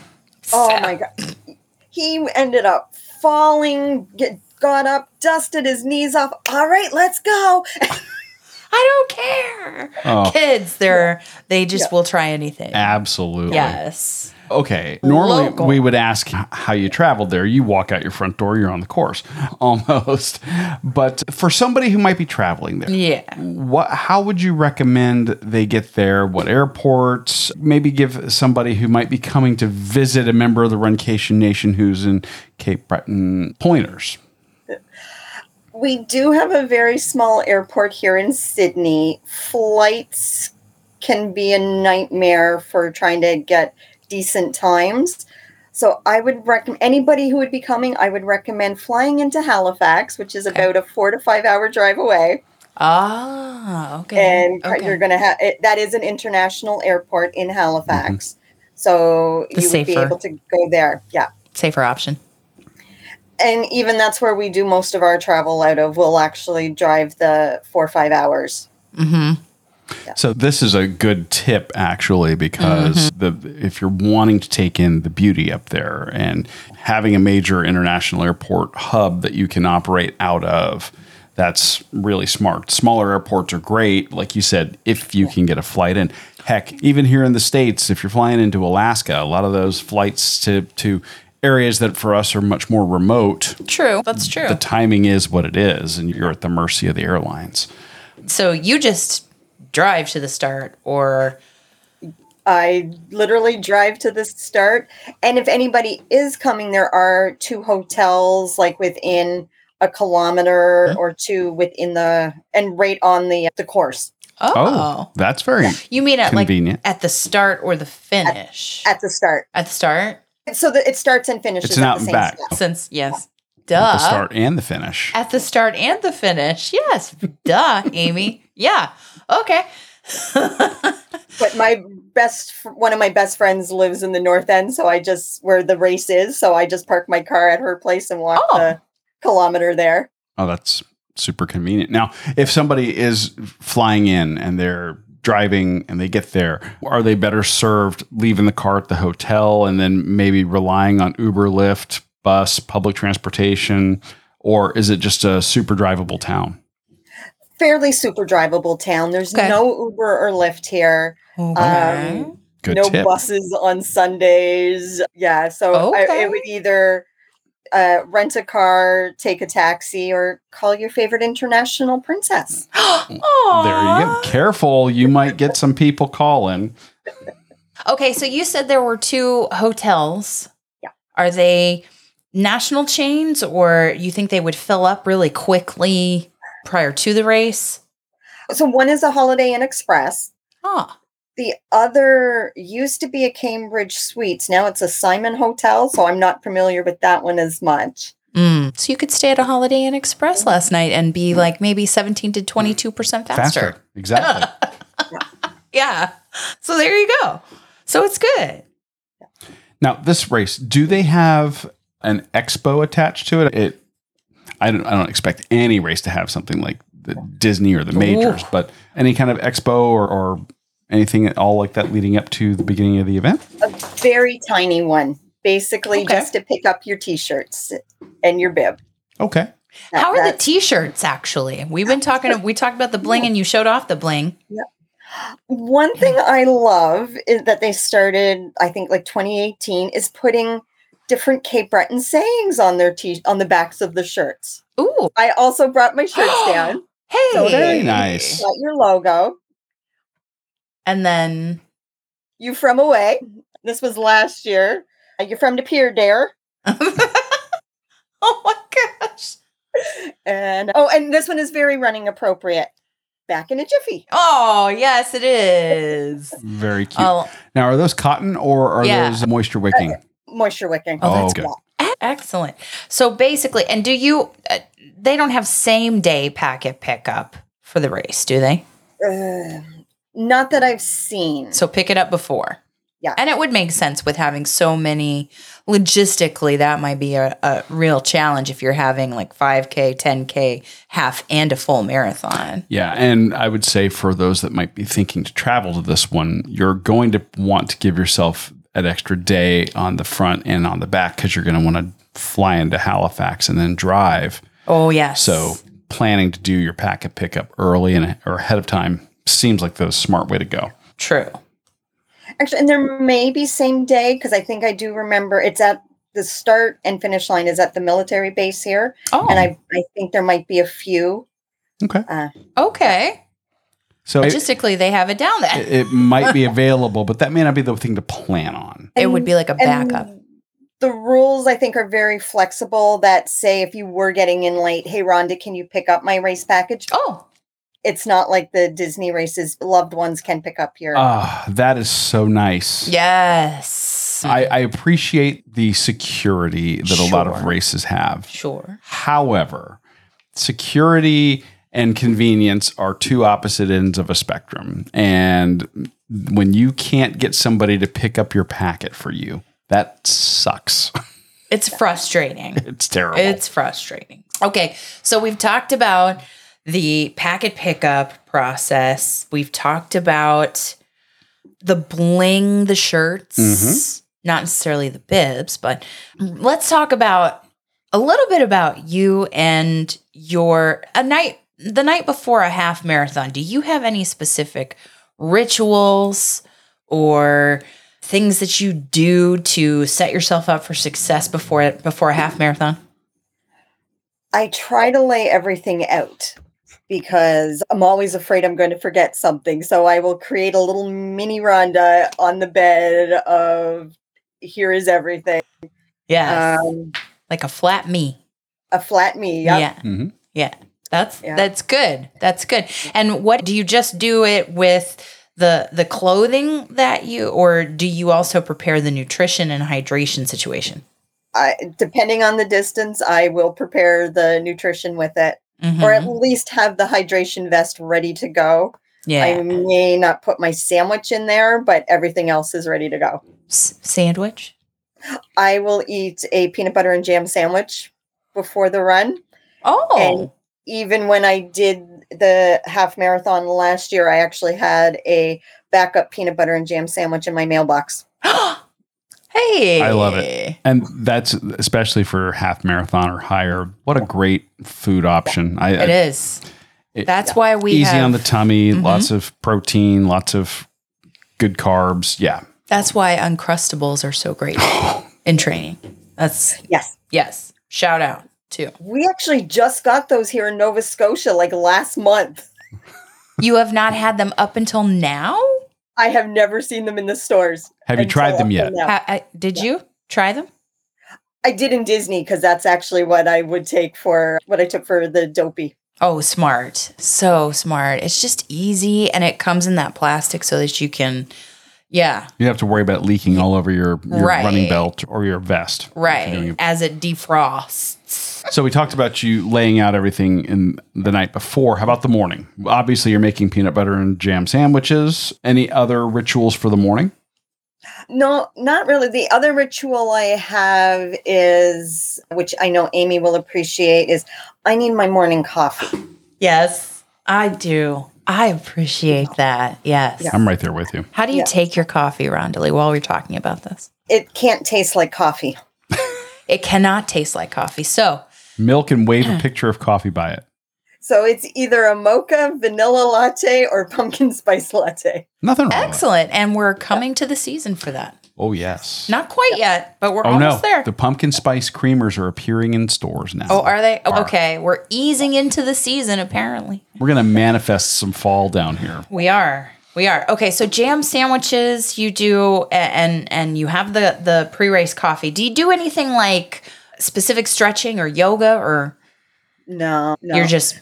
S2: Oh
S1: So-
S2: my god. He ended up falling, get, got up, dusted his knees off. All right, let's go.
S1: I don't care.
S3: Oh.
S1: Kids, they're they just will try anything.
S3: Absolutely.
S1: Yes.
S3: Okay. Normally,
S1: Local.
S3: we would ask h- how you traveled there. You walk out your front door, you're on the course almost. But for somebody who might be traveling
S1: Mm.
S3: there,
S1: Yeah.
S3: what how would you recommend they get there? What airports? Maybe give somebody who might be coming to visit a member of the Runcation Nation who's in Cape Breton pointers.
S2: We do have a very small airport here in Sydney. Flights can be a nightmare for trying to get decent times. So I would recommend anybody who would be coming, I would recommend flying into Halifax, which is about a 4 to 5 hour drive away.
S1: Ah, okay.
S3: Mm-hmm.
S2: and
S1: okay.
S2: you're going to have that is an international airport in Halifax.
S3: Mm-hmm.
S2: So
S1: The
S2: you would be
S1: safer.
S2: able to go there. Yeah.
S1: safer option.
S2: And even that's where we do most of our travel out of. We'll actually drive the four or five hours.
S3: So this is a good tip actually because the if you're wanting to take in the beauty up there and having a major international airport hub that you can operate out of that's really smart. Smaller airports are great like you said if you can get a flight in. Heck, even here in the states if you're flying into Alaska, a lot of those flights to to areas that for us are much more remote,
S1: True. That's true.
S3: the timing is what it is and you're at the mercy of the airlines.
S1: so you just drive to the start or
S2: I literally drive to the start. And if anybody is coming, there are two hotels like within a kilometer
S3: Mm-hmm.
S2: or two within the and right on the the course
S1: Oh.
S3: Oh, that's very
S1: You mean at
S3: convenient.
S1: like at the start or the finish?
S2: at the start.
S1: At the start?
S2: So that it starts and finishes
S3: an
S2: at
S3: out
S2: the
S3: and
S2: same
S3: back.
S2: spot.
S1: Since yes.
S3: the
S1: Duh.
S3: start and the finish.
S1: At the start and the finish. Yes. Duh, Amy. Yeah. Okay.
S2: But my best fr- one of my best friends lives in the north end, so I just where the race is, so I just park my car at her place and walk
S1: Oh.
S2: the kilometer there.
S3: Oh, that's super convenient. Now, if somebody is flying in and they're driving and they get there, are they better served leaving the car at the hotel and then maybe relying on Uber, Lyft, bus, public transportation, or is it just a super drivable town?
S2: Fairly super drivable town. There's
S1: Okay.
S2: no Uber or Lyft here.
S1: Okay.
S2: Um,
S3: Good
S2: no
S3: tip.
S2: buses on Sundays. Yeah, so I,
S1: Okay.
S2: it would either uh, rent a car, take a taxi, or call your favorite international princess.
S3: There you go.
S1: Aw.
S3: Careful, you might get some people calling.
S1: Okay, so you said there were two hotels.
S2: Yeah.
S1: Are they national chains or you think they would fill up really quickly prior to the race?
S2: So one is a Holiday Inn Express.
S1: Ah.
S2: The other used to be a Cambridge Suites. Now it's a Simon Hotel, so I'm not familiar with that one as much.
S1: Mm. So you could stay at a Holiday Inn Express last night and be like maybe 17 to 22% faster.
S3: Exactly.
S1: Yeah. So there you go. So it's good.
S3: Now, this race, do they have an expo attached to it? It, I don't, I don't expect any race to have something like the Disney or the majors,
S1: Ooh.
S3: but any kind of expo or, or anything at all like that leading up to the beginning of the event.
S2: A very tiny one, basically
S1: Okay.
S2: just to pick up your t-shirts and your bib.
S3: Okay,
S2: That-
S1: How are the
S2: that's-
S1: t-shirts actually? We've been talking we talked about the bling and you showed off the bling.
S2: One thing
S1: Mhm.
S2: I love is that they started, I think, like 2018, is putting different Cape Breton sayings on their t- on the backs of the shirts.
S1: Ooh.
S2: I also brought my shirts down,
S1: Hey.
S2: So
S3: very nice.
S2: got your logo.
S1: And then
S2: You from away. This was last year. Uh, You from the pier dare.
S1: Oh my gosh.
S2: And oh, and this one is very running appropriate. Back in a jiffy.
S1: Oh, yes it is.
S3: very cute.
S1: Oh,
S3: now, are those cotton or are
S1: Yeah.
S3: those moisture wicking?
S2: Moisture wicking.
S1: Oh,
S3: that's good.
S1: e- excellent. So basically, and do you uh, they don't have same day packet pickup for the race, do they?
S2: Uh, not that I've seen.
S1: So pick it up before.
S2: Yeah.
S1: And it would make sense with having so many logistically that might be a, a real challenge if you're having like 5k, 10k, half and a full marathon.
S3: Yeah, and I would say for those that might be thinking to travel to this one, you're going to want to give yourself an extra day on the front and on the back because you're going to want to fly into Halifax and then drive.
S1: Oh yes.
S3: So planning to do your packet pickup early and or ahead of time seems like the smart way to go.
S1: true.
S2: Actually, and there may be same day because I think I do remember it's at the start and finish line is at the military base here,
S1: Oh.
S2: and I I think there might be a few.
S3: Okay.
S2: Uh,
S1: okay.
S3: So it,
S1: Logistically they have it down there.
S3: it might be available, but that may not be the thing to plan on.
S1: It would be like a
S2: and
S1: backup.
S2: The rules I think are very flexible. That say if you were getting in late, hey Rhonda, can you pick up my race package?
S1: Oh.
S2: It's not like the Disney races. Loved ones can pick up
S1: Oh,
S2: your.
S3: Ah, that is so nice.
S1: Yes.
S3: I, I appreciate the security that a lot of
S1: Sure.
S3: races have.
S1: sure.
S3: However, security and convenience are two opposite ends of a spectrum. And when you can't get somebody to pick up your packet for you, that sucks.
S1: It's frustrating.
S3: it's terrible.
S1: It's frustrating. Okay, so we've talked about the packet pickup process. We've talked about the bling, the shirts, not necessarily the bibs, but let's talk about a little bit about you and your a night the night before a half marathon. Do you have any specific rituals or things that you do to set yourself up for success before it before a half marathon?
S2: I try to lay everything out because I'm always afraid I'm going to forget something. So I will create a little mini ronda on the bed of here is everything.
S1: Yes.
S2: Um,
S1: like a flat me.
S2: a flat me. Yep.
S1: Yeah.
S3: Mhm.
S1: Yeah. That's
S2: Yeah.
S1: that's good. That's good. And what do you just do it with the the clothing that you or do you also prepare the nutrition and hydration situation?
S2: I, depending on the distance, I will prepare the nutrition with it, or
S1: Mhm.
S2: at least have the hydration vest ready to go.
S1: yeah.
S2: I may not put my sandwich in there, but everything else is ready to go.
S1: S- sandwich.
S2: I will eat a peanut butter and jam sandwich before the run.
S1: Oh.
S2: Even when I did the half marathon last year, I actually had a backup peanut butter and jam sandwich in my mailbox.
S1: hey.
S3: I love it. And that's especially for half marathon or higher. What a great food option. I,
S1: It
S3: I-
S1: is.
S3: It-
S1: That's why we
S3: easy
S1: have,
S3: on the tummy,
S1: Mhm.
S3: lots of protein, lots of good carbs. Yeah.
S1: That's why uncrustables are so great in training. That's
S2: Yes.
S1: yes. Shout out too.
S2: We actually just got those here in Nova Scotia like last month.
S1: You have not had them up until now?
S2: I have never seen them in the stores.
S3: Have you
S2: until
S3: tried
S2: up
S3: them
S2: till
S3: yet?
S2: now.
S1: Ha- I- did you try them?
S2: I did in Disney because that's actually what I would take for what I took for the dopey.
S1: Oh, smart. So smart. It's just easy and it comes in that plastic so that you can yeah,
S3: You have to worry about leaking all over your, your
S1: Right.
S3: running belt or your vest. if you're doing
S1: right.
S3: it.
S1: As it defrosts.
S3: So we talked about you laying out everything in the night before. How about the morning? Obviously, you're making peanut butter and jam sandwiches. Any other rituals for the morning?
S2: No, not really. The other ritual I have is, which I know Amy will appreciate, is I need my morning coffee.
S1: Yes, I do. I appreciate that. Yes.
S3: I'm right there with you.
S1: How do you
S2: Yeah.
S1: take your coffee, Rondely, while we're talking about this?
S2: It can't taste like coffee.
S1: It cannot taste like coffee. So
S3: Uh, Milk and wave a picture of coffee by it.
S2: So it's either a mocha, vanilla latte, or pumpkin spice latte.
S3: Nothing wrong. With it.
S1: excellent. And we're coming to the season for that.
S3: Oh yes.
S1: Not quite yet, but we're
S3: oh no.
S1: almost there.
S3: The pumpkin spice creamers are appearing in stores now.
S1: oh, are they? Oh, okay. We're easing into the season, apparently.
S3: We're gonna manifest some fall down here.
S1: We are. We are. Okay, so jam sandwiches you do a- and and you have the the pre-race coffee. Do you do anything like specific stretching or yoga or
S2: No, no.
S1: you're just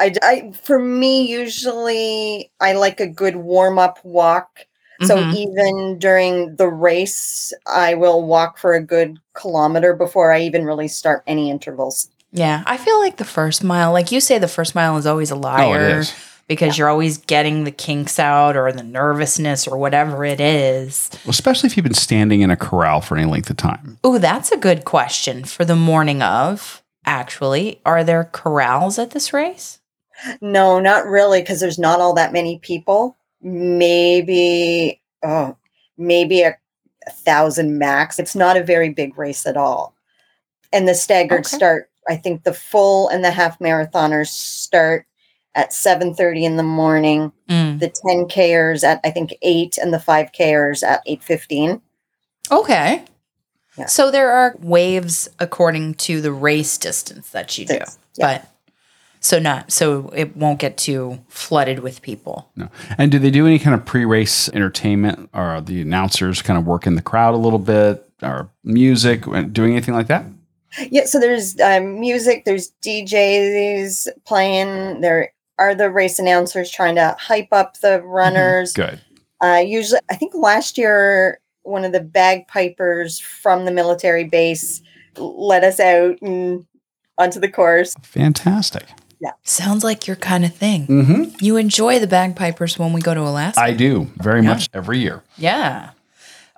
S2: I, I- for me, usually I like a good warm up walk. So
S1: Mhm.
S2: even during the race, I will walk for a good kilometer before I even really start any intervals.
S1: Yeah, I feel like the first mile, like you say the first mile is always a
S3: Oh, it
S1: liar
S3: is.
S1: because you're always getting the kinks out or the nervousness or whatever it is.
S3: Well, especially if you've been standing in a corral for any length of time.
S1: Ooh, that's a good question for the morning of. Actually, are there corrals at this race?
S2: No, not really, because there's not all that many people. Maybe, oh, maybe a, a thousand max. It's not a very big race at all. And the staggered
S1: Okay.
S2: start, I think the full and the half marathoners start at 7.30 in the morning
S1: Mm.
S2: the 10kers at i think 8 and the 5kers at 8.15
S1: Okay.
S2: Yeah.
S1: So there are waves according to the race distance that you do.
S2: Yes, yeah.
S1: But so not so it won't get too flooded with people.
S3: No. And do they do any kind of pre-race entertainment? Are the announcers kind of working the crowd a little bit, or music, uh, doing anything like that?
S2: yeah so there's um, music there's djs playing there are the race announcers trying to hype up the runners
S3: Good.
S2: uh, usually i think last year one of the bagpipers from the military base let us out and onto the course
S3: Fantastic.
S1: Sounds like your kind of thing.
S3: Mm-hmm.
S1: You enjoy the bagpipers when we go to Alaska.
S3: I do very
S1: Yeah.
S3: much every year.
S1: yeah.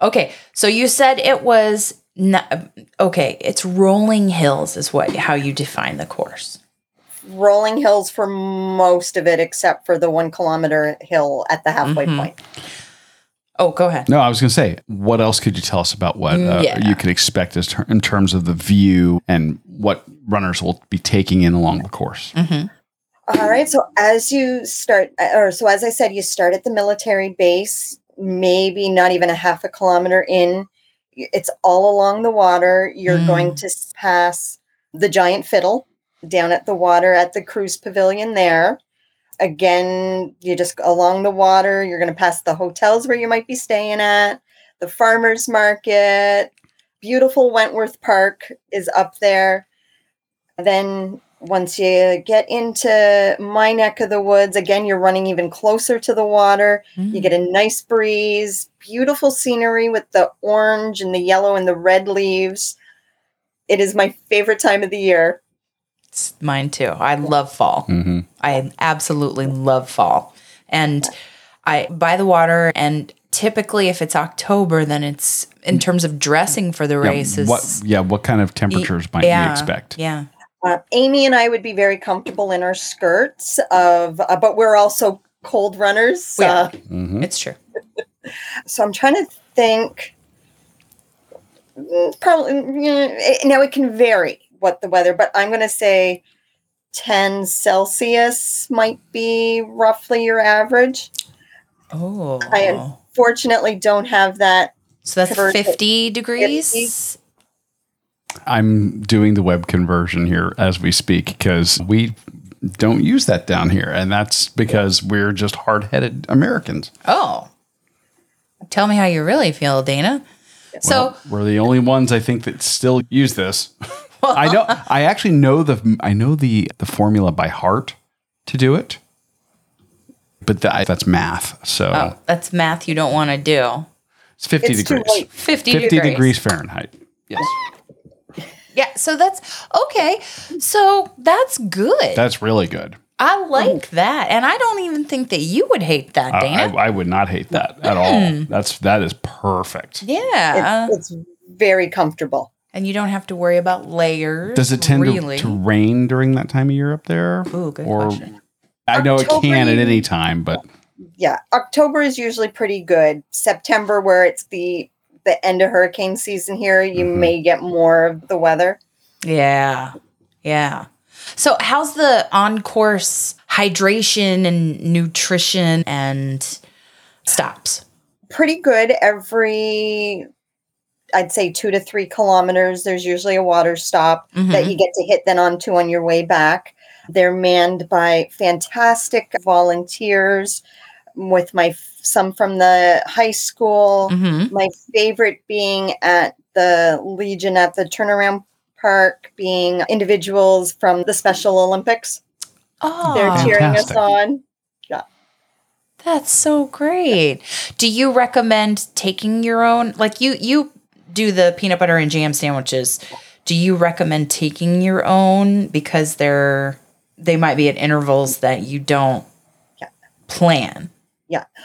S1: Okay. So you said it was not, okay, it's rolling hills is what how you define the course.
S2: rolling hills for most of it except for the one kilometer hill at the halfway
S1: Mhm.
S2: point
S1: Oh, go ahead.
S3: No, I was going to say, what else could you tell us about what uh,
S1: Mm, Yeah.
S3: you could expect as ter- in terms of the view and what runners will be taking in along the course?
S1: Mm-hmm.
S2: All right. So as you start, or so as I said, you start at the military base, maybe not even a half a kilometer in. It's all along the water. You're
S1: Mm.
S2: going to s- pass the giant fiddle, down at the water at the cruise pavilion there. Again, you just along the water, you're going to pass the hotels where you might be staying at, the farmers market. Beautiful Wentworth Park is up there. Then once you get into my neck of the woods, again, you're running even closer to the water. You get
S1: Mm-hmm.
S2: a nice breeze, beautiful scenery with the orange and the yellow and the red leaves. It is my favorite time of the year.
S1: It's mine too. I love fall.
S3: Mm-hmm.
S1: I absolutely love fall. And I by the water and typically if it's October then it's in terms of dressing for the races.
S3: What, yeah, what kind of temperatures might you
S1: yeah,
S3: expect?
S1: Yeah.
S2: Uh, Amy and I would be very comfortable in our skirts of, uh, but we're also cold runners.
S1: We
S2: uh,
S1: are.
S3: Mhm.
S1: It's true.
S2: so I'm trying to think. Mm, Probably mm, it- now it can vary what the weather, but I'm going to say 10 Celsius might be roughly your average.
S1: Oh.
S2: I am- Fortunately, don't have that.
S1: so that's
S2: Convert it.
S1: 50 degrees.
S3: I'm doing the web conversion here as we speak because we don't use that down here. And that's because we're just hard headed Americans.
S1: Oh. Tell me how you really feel, Dana. so,
S3: We're the only ones I think that still use this. I know I actually know the I know the the formula by heart to do it. But that, that's math. So
S1: oh, that's math you don't want to do.
S3: it's 50
S2: It's too
S3: degrees.
S2: late.
S1: 50,
S3: 50
S1: degrees.
S3: degrees. Fahrenheit. Yes.
S1: Yeah, so that's okay. So that's good.
S3: That's really good.
S1: I
S2: Mm.
S1: like that. And I don't even think that you would hate that,
S3: I,
S1: Dana.
S3: I, I would not hate that at all. That's that is perfect.
S1: yeah. uh,
S2: It's very comfortable.
S1: and you don't have to worry about layers.
S3: Does it tend
S1: really?
S3: to, to rain during that time of year up there?
S1: Ooh, good
S3: or
S1: question.
S3: I know it
S2: October
S3: can at
S2: you-
S3: any time, but
S2: Yeah, October is usually pretty good. September, where it's the the end of hurricane season here, you
S3: Mhm.
S2: may get more of the weather.
S1: Yeah. Yeah. So how's the on course hydration and nutrition and stops?
S2: pretty good every i'd say two to three kilometers there's usually a water stop that
S1: Mhm.
S2: you get to hit then on to on your way back they're manned by fantastic volunteers with my f- some from the high school
S1: Mhm.
S2: my favorite being at the legion at the turnaround park being individuals from the special olympics they're
S1: Oh,
S2: cheering us
S3: Fantastic.
S2: on
S1: that's so great. Do you recommend taking your own like you you do the peanut butter and jam sandwiches. Do you recommend taking your own because they're they might be at intervals that you don't plan?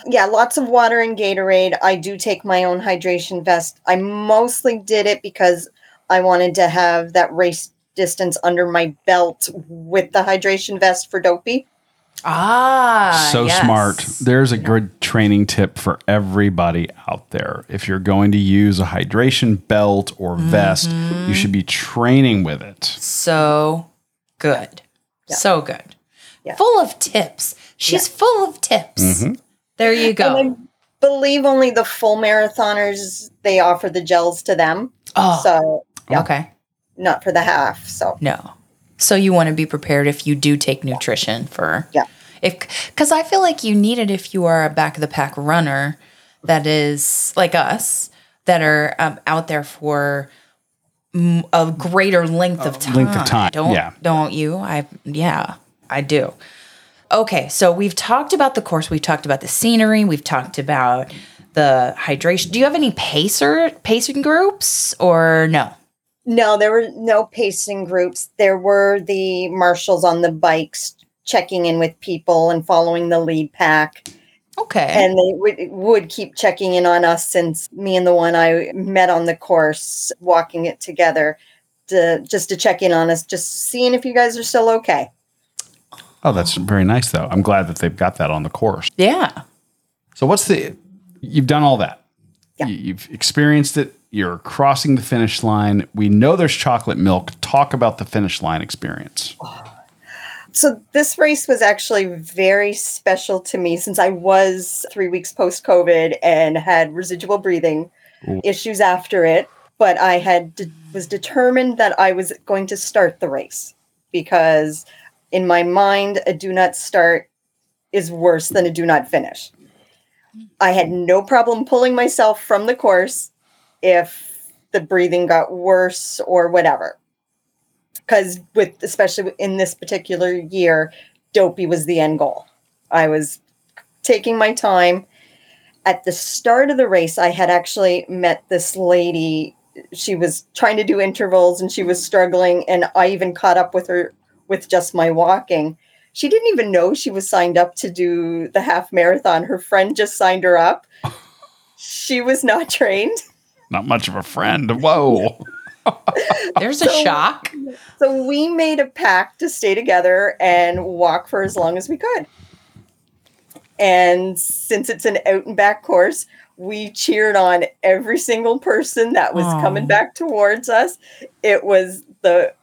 S2: yeah, lots of water and Gatorade. I do take my own hydration vest. I mostly did it because I wanted to have that race distance under my belt with the hydration vest for dopey.
S1: Ah,
S3: so
S1: yes.
S3: smart. There's a good training tip for everybody out there. If you're going to use a hydration belt or vest, you should be training with it.
S1: so good.
S2: Yeah.
S1: So good.
S2: Yeah.
S1: Full of tips. She's full of tips.
S3: Mm-hmm.
S1: There you go.
S2: And I believe only the full marathoners they offer the gels to them.
S1: oh,
S2: So yeah.
S1: okay.
S2: not for the half. So
S1: No. So you want to be prepared if you do take nutrition for
S2: Yeah.
S1: If because I feel like you need it if you are a back of the pack runner that is like us that are um, out there for mm, a greater length of time.
S3: length of time,
S1: Don't
S3: yeah.
S1: don't you? I yeah, I do. Okay, so we've talked about the course, we've talked about the scenery, we've talked about the hydration. Do you have any pacer pacing groups or no?
S2: no, there were no pacing groups. There were the marshals on the bikes checking in with people and following the lead pack.
S1: Okay.
S2: and they would would keep checking in on us since me and the one I met on the course walking it together to just to check in on us, just seeing if you guys are still okay.
S3: Oh, that's very nice though. I'm glad that they've got that on the course.
S1: yeah.
S3: So what's the you've done all that.
S2: Yeah.
S3: You- You've experienced it. You're crossing the finish line. We know there's chocolate milk. Talk about the finish line experience.
S2: So this race was actually very special to me since I was three weeks post COVID and had residual breathing
S3: Ooh.
S2: issues after it. But I had was determined that I was going to start the race. because in my mind, a do not start is worse than a do not finish. I had no problem pulling myself from the course if the breathing got worse or whatever. Because with especially in this particular year, dopey was the end goal. I was taking my time. At the start of the race, I had actually met this lady. She was trying to do intervals and she was struggling, and I even caught up with her with just my walking she didn't even know she was signed up to do the half marathon. Her friend just signed her up. she was not trained.
S3: Not much of a friend. Whoa.
S1: There's a shock.
S2: So we made a pact to stay together and walk for as long as we could. And since it's an out and back course, we cheered on every single person that was
S1: Aw.
S2: coming back towards us. It was the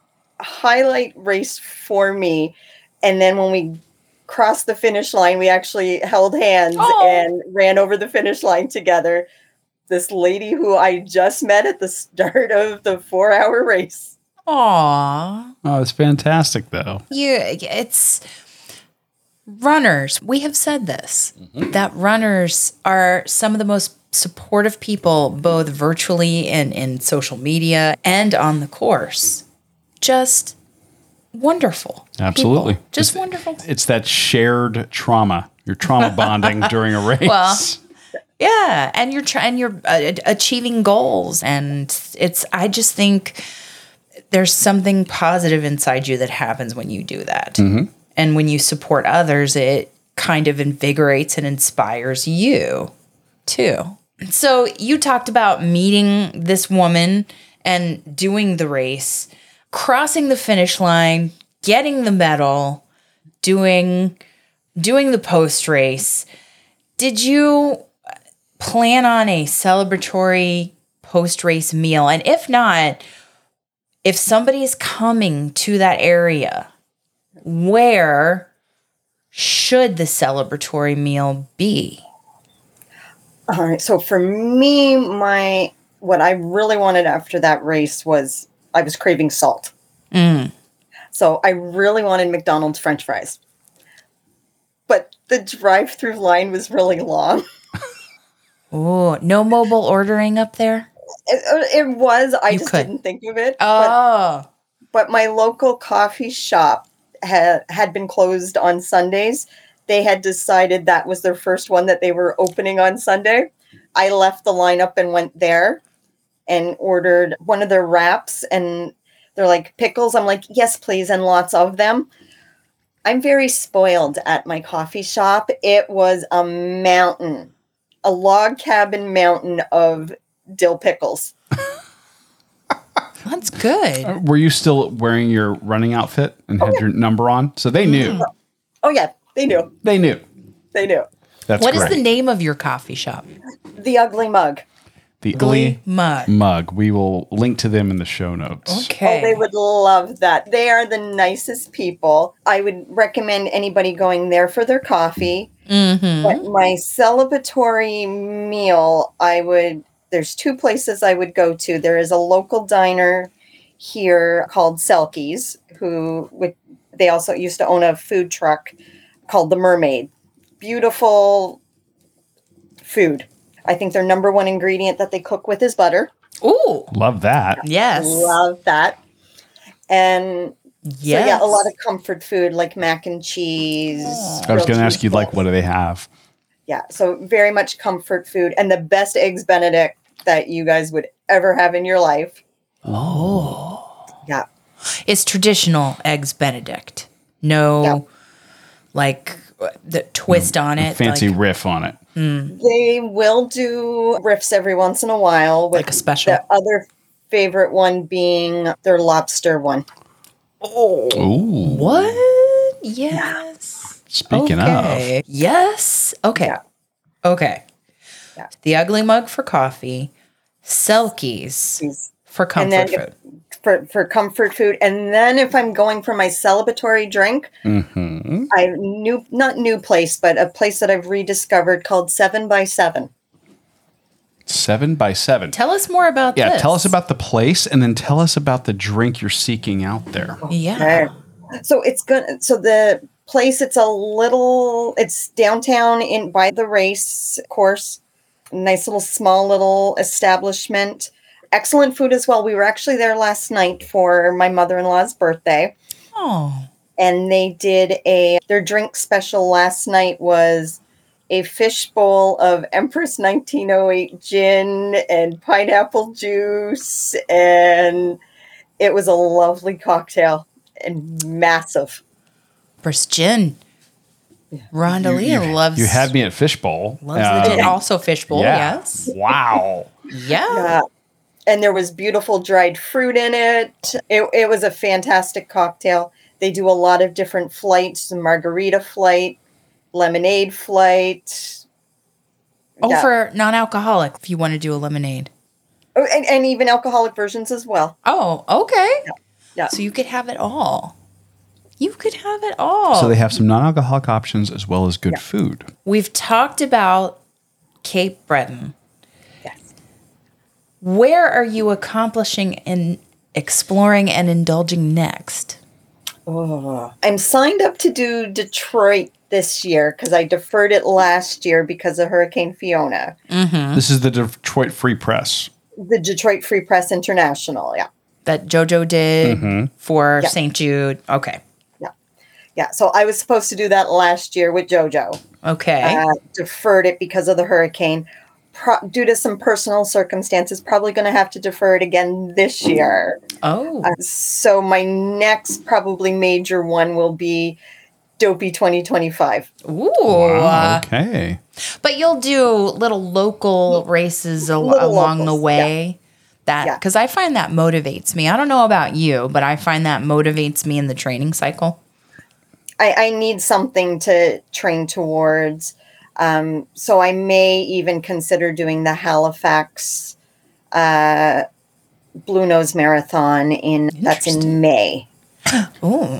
S2: highlight race for me. And then when we crossed the finish line, we actually held hands
S1: Oh.
S2: and ran over the finish line together. This lady who I just met at the start of the four hour race.
S1: Aww.
S4: Oh, it's fantastic though.
S1: You, it's runners. We have said this that runners are some of the most supportive people, both virtually and in social media and on the course. Just wonderful. people.
S4: Absolutely.
S1: Just
S4: It's-
S1: wonderful.
S4: It's that shared trauma. You're trauma bonding during a race.
S1: Well, Yeah, and you're trying, you're uh, achieving goals, and it's. I just think there's something positive inside you that happens when you do that, and when you support others, it kind of invigorates and inspires you too. So you talked about meeting this woman and doing the race, crossing the finish line, getting the medal, doing doing the post race. Did you plan on a celebratory post race meal? And if not, if somebody's coming to that area, where should the celebratory meal be?
S2: All right. So for me, my what I really wanted after that race was I was craving salt. Mm. So I really wanted McDonald's French fries. But the drive through line was really long.
S1: Oh, no mobile ordering up there?
S2: It, it was. I
S1: You
S2: just
S1: could.
S2: didn't think of it. But,
S1: Oh,
S2: but my local coffee shop had had been closed on Sundays. They had decided that was their first one that they were opening on Sunday. I left the lineup and went there and ordered one of their wraps and they're like pickles. I'm like, "Yes, please, and lots of them." I'm very spoiled at my coffee shop. It was a mountain, a log cabin mountain of dill pickles.
S1: that's good.
S3: Uh, Were you still wearing your running outfit and had your number on? So they knew.
S1: Mm-hmm.
S2: Oh yeah, they knew.
S3: They knew.
S2: They knew.
S3: That's
S1: What is
S3: great.
S1: the name of your coffee shop?
S2: The ugly mug.
S3: the Glee Mm.
S1: Mug.
S3: mug? We will link to them in the show notes.
S2: Oh, they
S1: Okay.
S2: would love that. They are the nicest people. I would recommend anybody going there for their coffee.
S1: Mm-hmm.
S2: But my celebratory meal, I would there's two places I would go to. There is a local diner here called Selkies, who with they also used to own a food truck called the Mermaid. Beautiful food. I think their number one ingredient that they cook with is butter.
S1: Ooh,
S4: Love that.
S1: yes.
S2: Love that. And
S1: Yes. Ah.
S2: so yeah, a lot of comfort food like mac and cheese.
S3: I was
S2: grilled
S3: going to ask
S2: cheese
S3: you, like,
S2: balls.
S3: what do they have?
S2: Yeah, so very much comfort food and the best eggs Benedict that you guys would ever have in your life. Oh. Yeah.
S1: It's traditional eggs Benedict. No,
S2: Yeah.
S1: like uh, the twist on it,
S3: Fancy
S1: like,
S3: riff on it.
S2: They will do riffs every once in a while with
S1: like a special.
S2: the other favorite one being their lobster one.
S3: Ooh.
S1: What? Yes.
S3: Speaking of,
S1: okay. Yes. Okay.
S2: Yeah.
S1: Okay.
S2: Yeah.
S1: The ugly mug for coffee, Selkies for comfort
S2: Mm. And then
S1: food.
S2: if- for, for comfort food. And then if I'm going for my celebratory drink,
S3: Mhm.
S2: I new not new place, but a place that I've rediscovered called Seven by Seven.
S3: seven by seven.
S1: Tell us more about
S3: yeah,
S1: this.
S3: tell us about the place and then tell us about the drink you're seeking out there.
S1: Yeah.
S2: There. So it's gonna. So the place it's a little. It's downtown in by the race course. Nice little small little establishment. Excellent food as well. We were actually there last night for my mother in law's birthday,
S1: Oh,
S2: and they did a their drink special last night was a fish bowl of Empress 1908 gin and pineapple juice, and it was a lovely cocktail and massive.
S1: Bruce Gin. Rondalia
S3: you,
S1: loves
S3: you uh, had me at fishbowl. Um,
S1: loves the gin. Also fishbowl. Yes.
S3: Wow.
S1: Yeah.
S2: Yeah. And there was beautiful dried fruit in it. it. It was a fantastic cocktail. They do a lot of different flights the margarita flight, lemonade flight,
S1: Oh,
S2: Yeah.
S1: for non-alcoholic, if you want to do a lemonade.
S2: oh, and, and even alcoholic versions as well.
S1: Oh, okay.
S2: Yeah.
S1: So you could have it all. You could have it all.
S3: So they have some non-alcoholic options as well as good food.
S1: We've talked about Cape Breton.
S2: Yes.
S1: Where are you accomplishing and exploring and indulging next?
S2: I'm signed up to do Detroit this year because I deferred it last year because of Hurricane Fiona.
S3: This is the Detroit Free Press.
S2: The Detroit Free Press International. Yeah.
S1: That JoJo did for
S2: Mm-hmm. Yeah.
S1: St. Jude. Okay.
S2: Yeah. So I was supposed to do that last year with JoJo.
S1: Okay.
S2: uh, deferred it because of the hurricane. Pro- due to some personal circumstances, probably going to have to defer it again this year. Uh,
S1: oh.
S2: So my next probably major one will be Dopey 2025.
S1: Ooh.
S3: Wow, Ah, okay.
S1: But you'll do little local races al-
S2: Little
S1: along
S2: locals,
S1: the way. That
S2: Yeah.
S1: because I find that motivates me. I don't know about you, but I find that motivates me in the training cycle.
S2: I, I need something to train towards. Um, so I may even consider doing the Halifax uh, Blue Nose Marathon in that's in May.
S1: Ooh.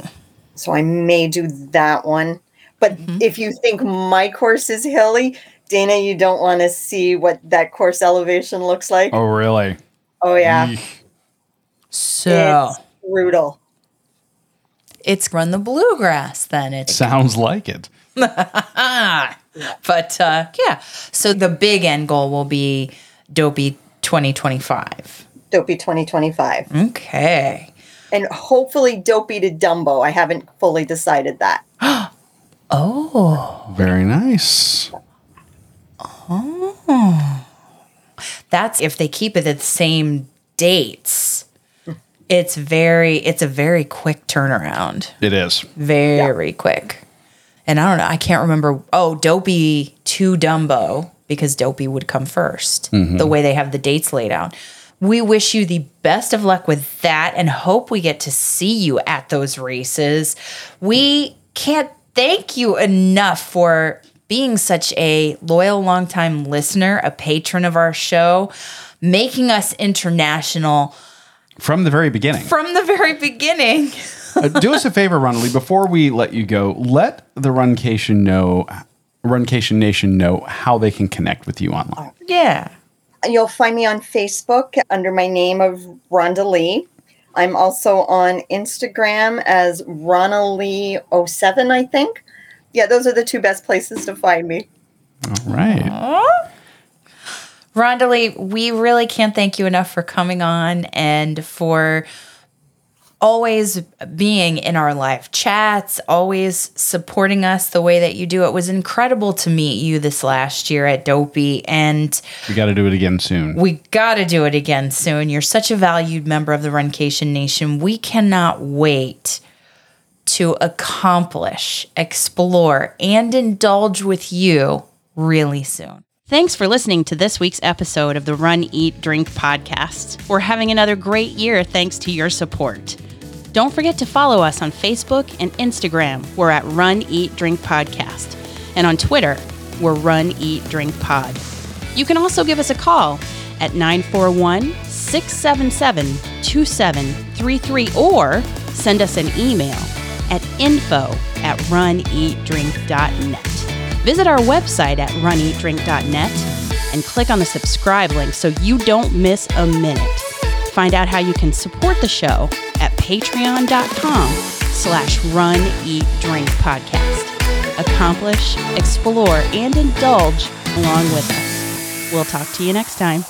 S2: so I may do that one. But if you think my course is hilly, Dana, you don't want to see what that course elevation looks like. Oh,
S3: Oh, really?
S2: yeah,
S1: So
S2: it's brutal.
S1: it's run the bluegrass then it's
S3: Sounds like it.
S1: but uh yeah so the big end goal will be dopey 2025
S2: Dopey 2025,
S1: Mm. okay
S2: and hopefully Dopey to Dumbo. I haven't fully decided that.
S1: oh
S3: Very nice.
S1: that's if they keep it at the same dates it's very it's a very quick turnaround
S3: It is.
S1: very quick and i don't know i can't remember oh dopey to dumbo because dopey would come 1st the way they have the dates laid out we wish you the best of luck with that and hope we get to see you at those races we can't thank you enough for being such a loyal longtime listener a patron of our show making us international
S3: From the very beginning.
S1: from the very beginning
S3: Uh, do us a favor, Ronnie, before we let you go, let the Runcation know Runcation Nation know how they can connect with you online.
S1: yeah
S2: You'll find me on Facebook under my name of Rhonda Lee. I'm also on Instagram as Ronna Lee 07, I think. Yeah, those are the two best places to find me.
S3: All right.
S1: Rondalee, we really can't thank you enough for coming on and for always being in our live chats, always supporting us the way that you do. It was incredible to meet you this last year at Dopey, and
S3: We got to do it again soon.
S1: we got to do it again soon. You're such a valued member of the Runcation Nation. We cannot wait to accomplish, explore, and indulge with you really soon.
S5: Thanks for listening to this week's episode of the Run, Eat, Drink podcast. We're having another great year thanks to your support. Don't forget to follow us on Facebook and Instagram. We're at Run, Eat, Drink Podcast. And on Twitter, we're Run, Eat, Drink Pod. You can also give us a call at 941 677 2733 or send us an email at info at runeatdrink.net. Visit our website at runeatdrink.net and click on the subscribe link so you don't miss a minute. Find out how you can support the show at patreon.com
S1: slash run, eat, drink podcast. Accomplish, explore, and indulge along with us. We'll talk to you next time.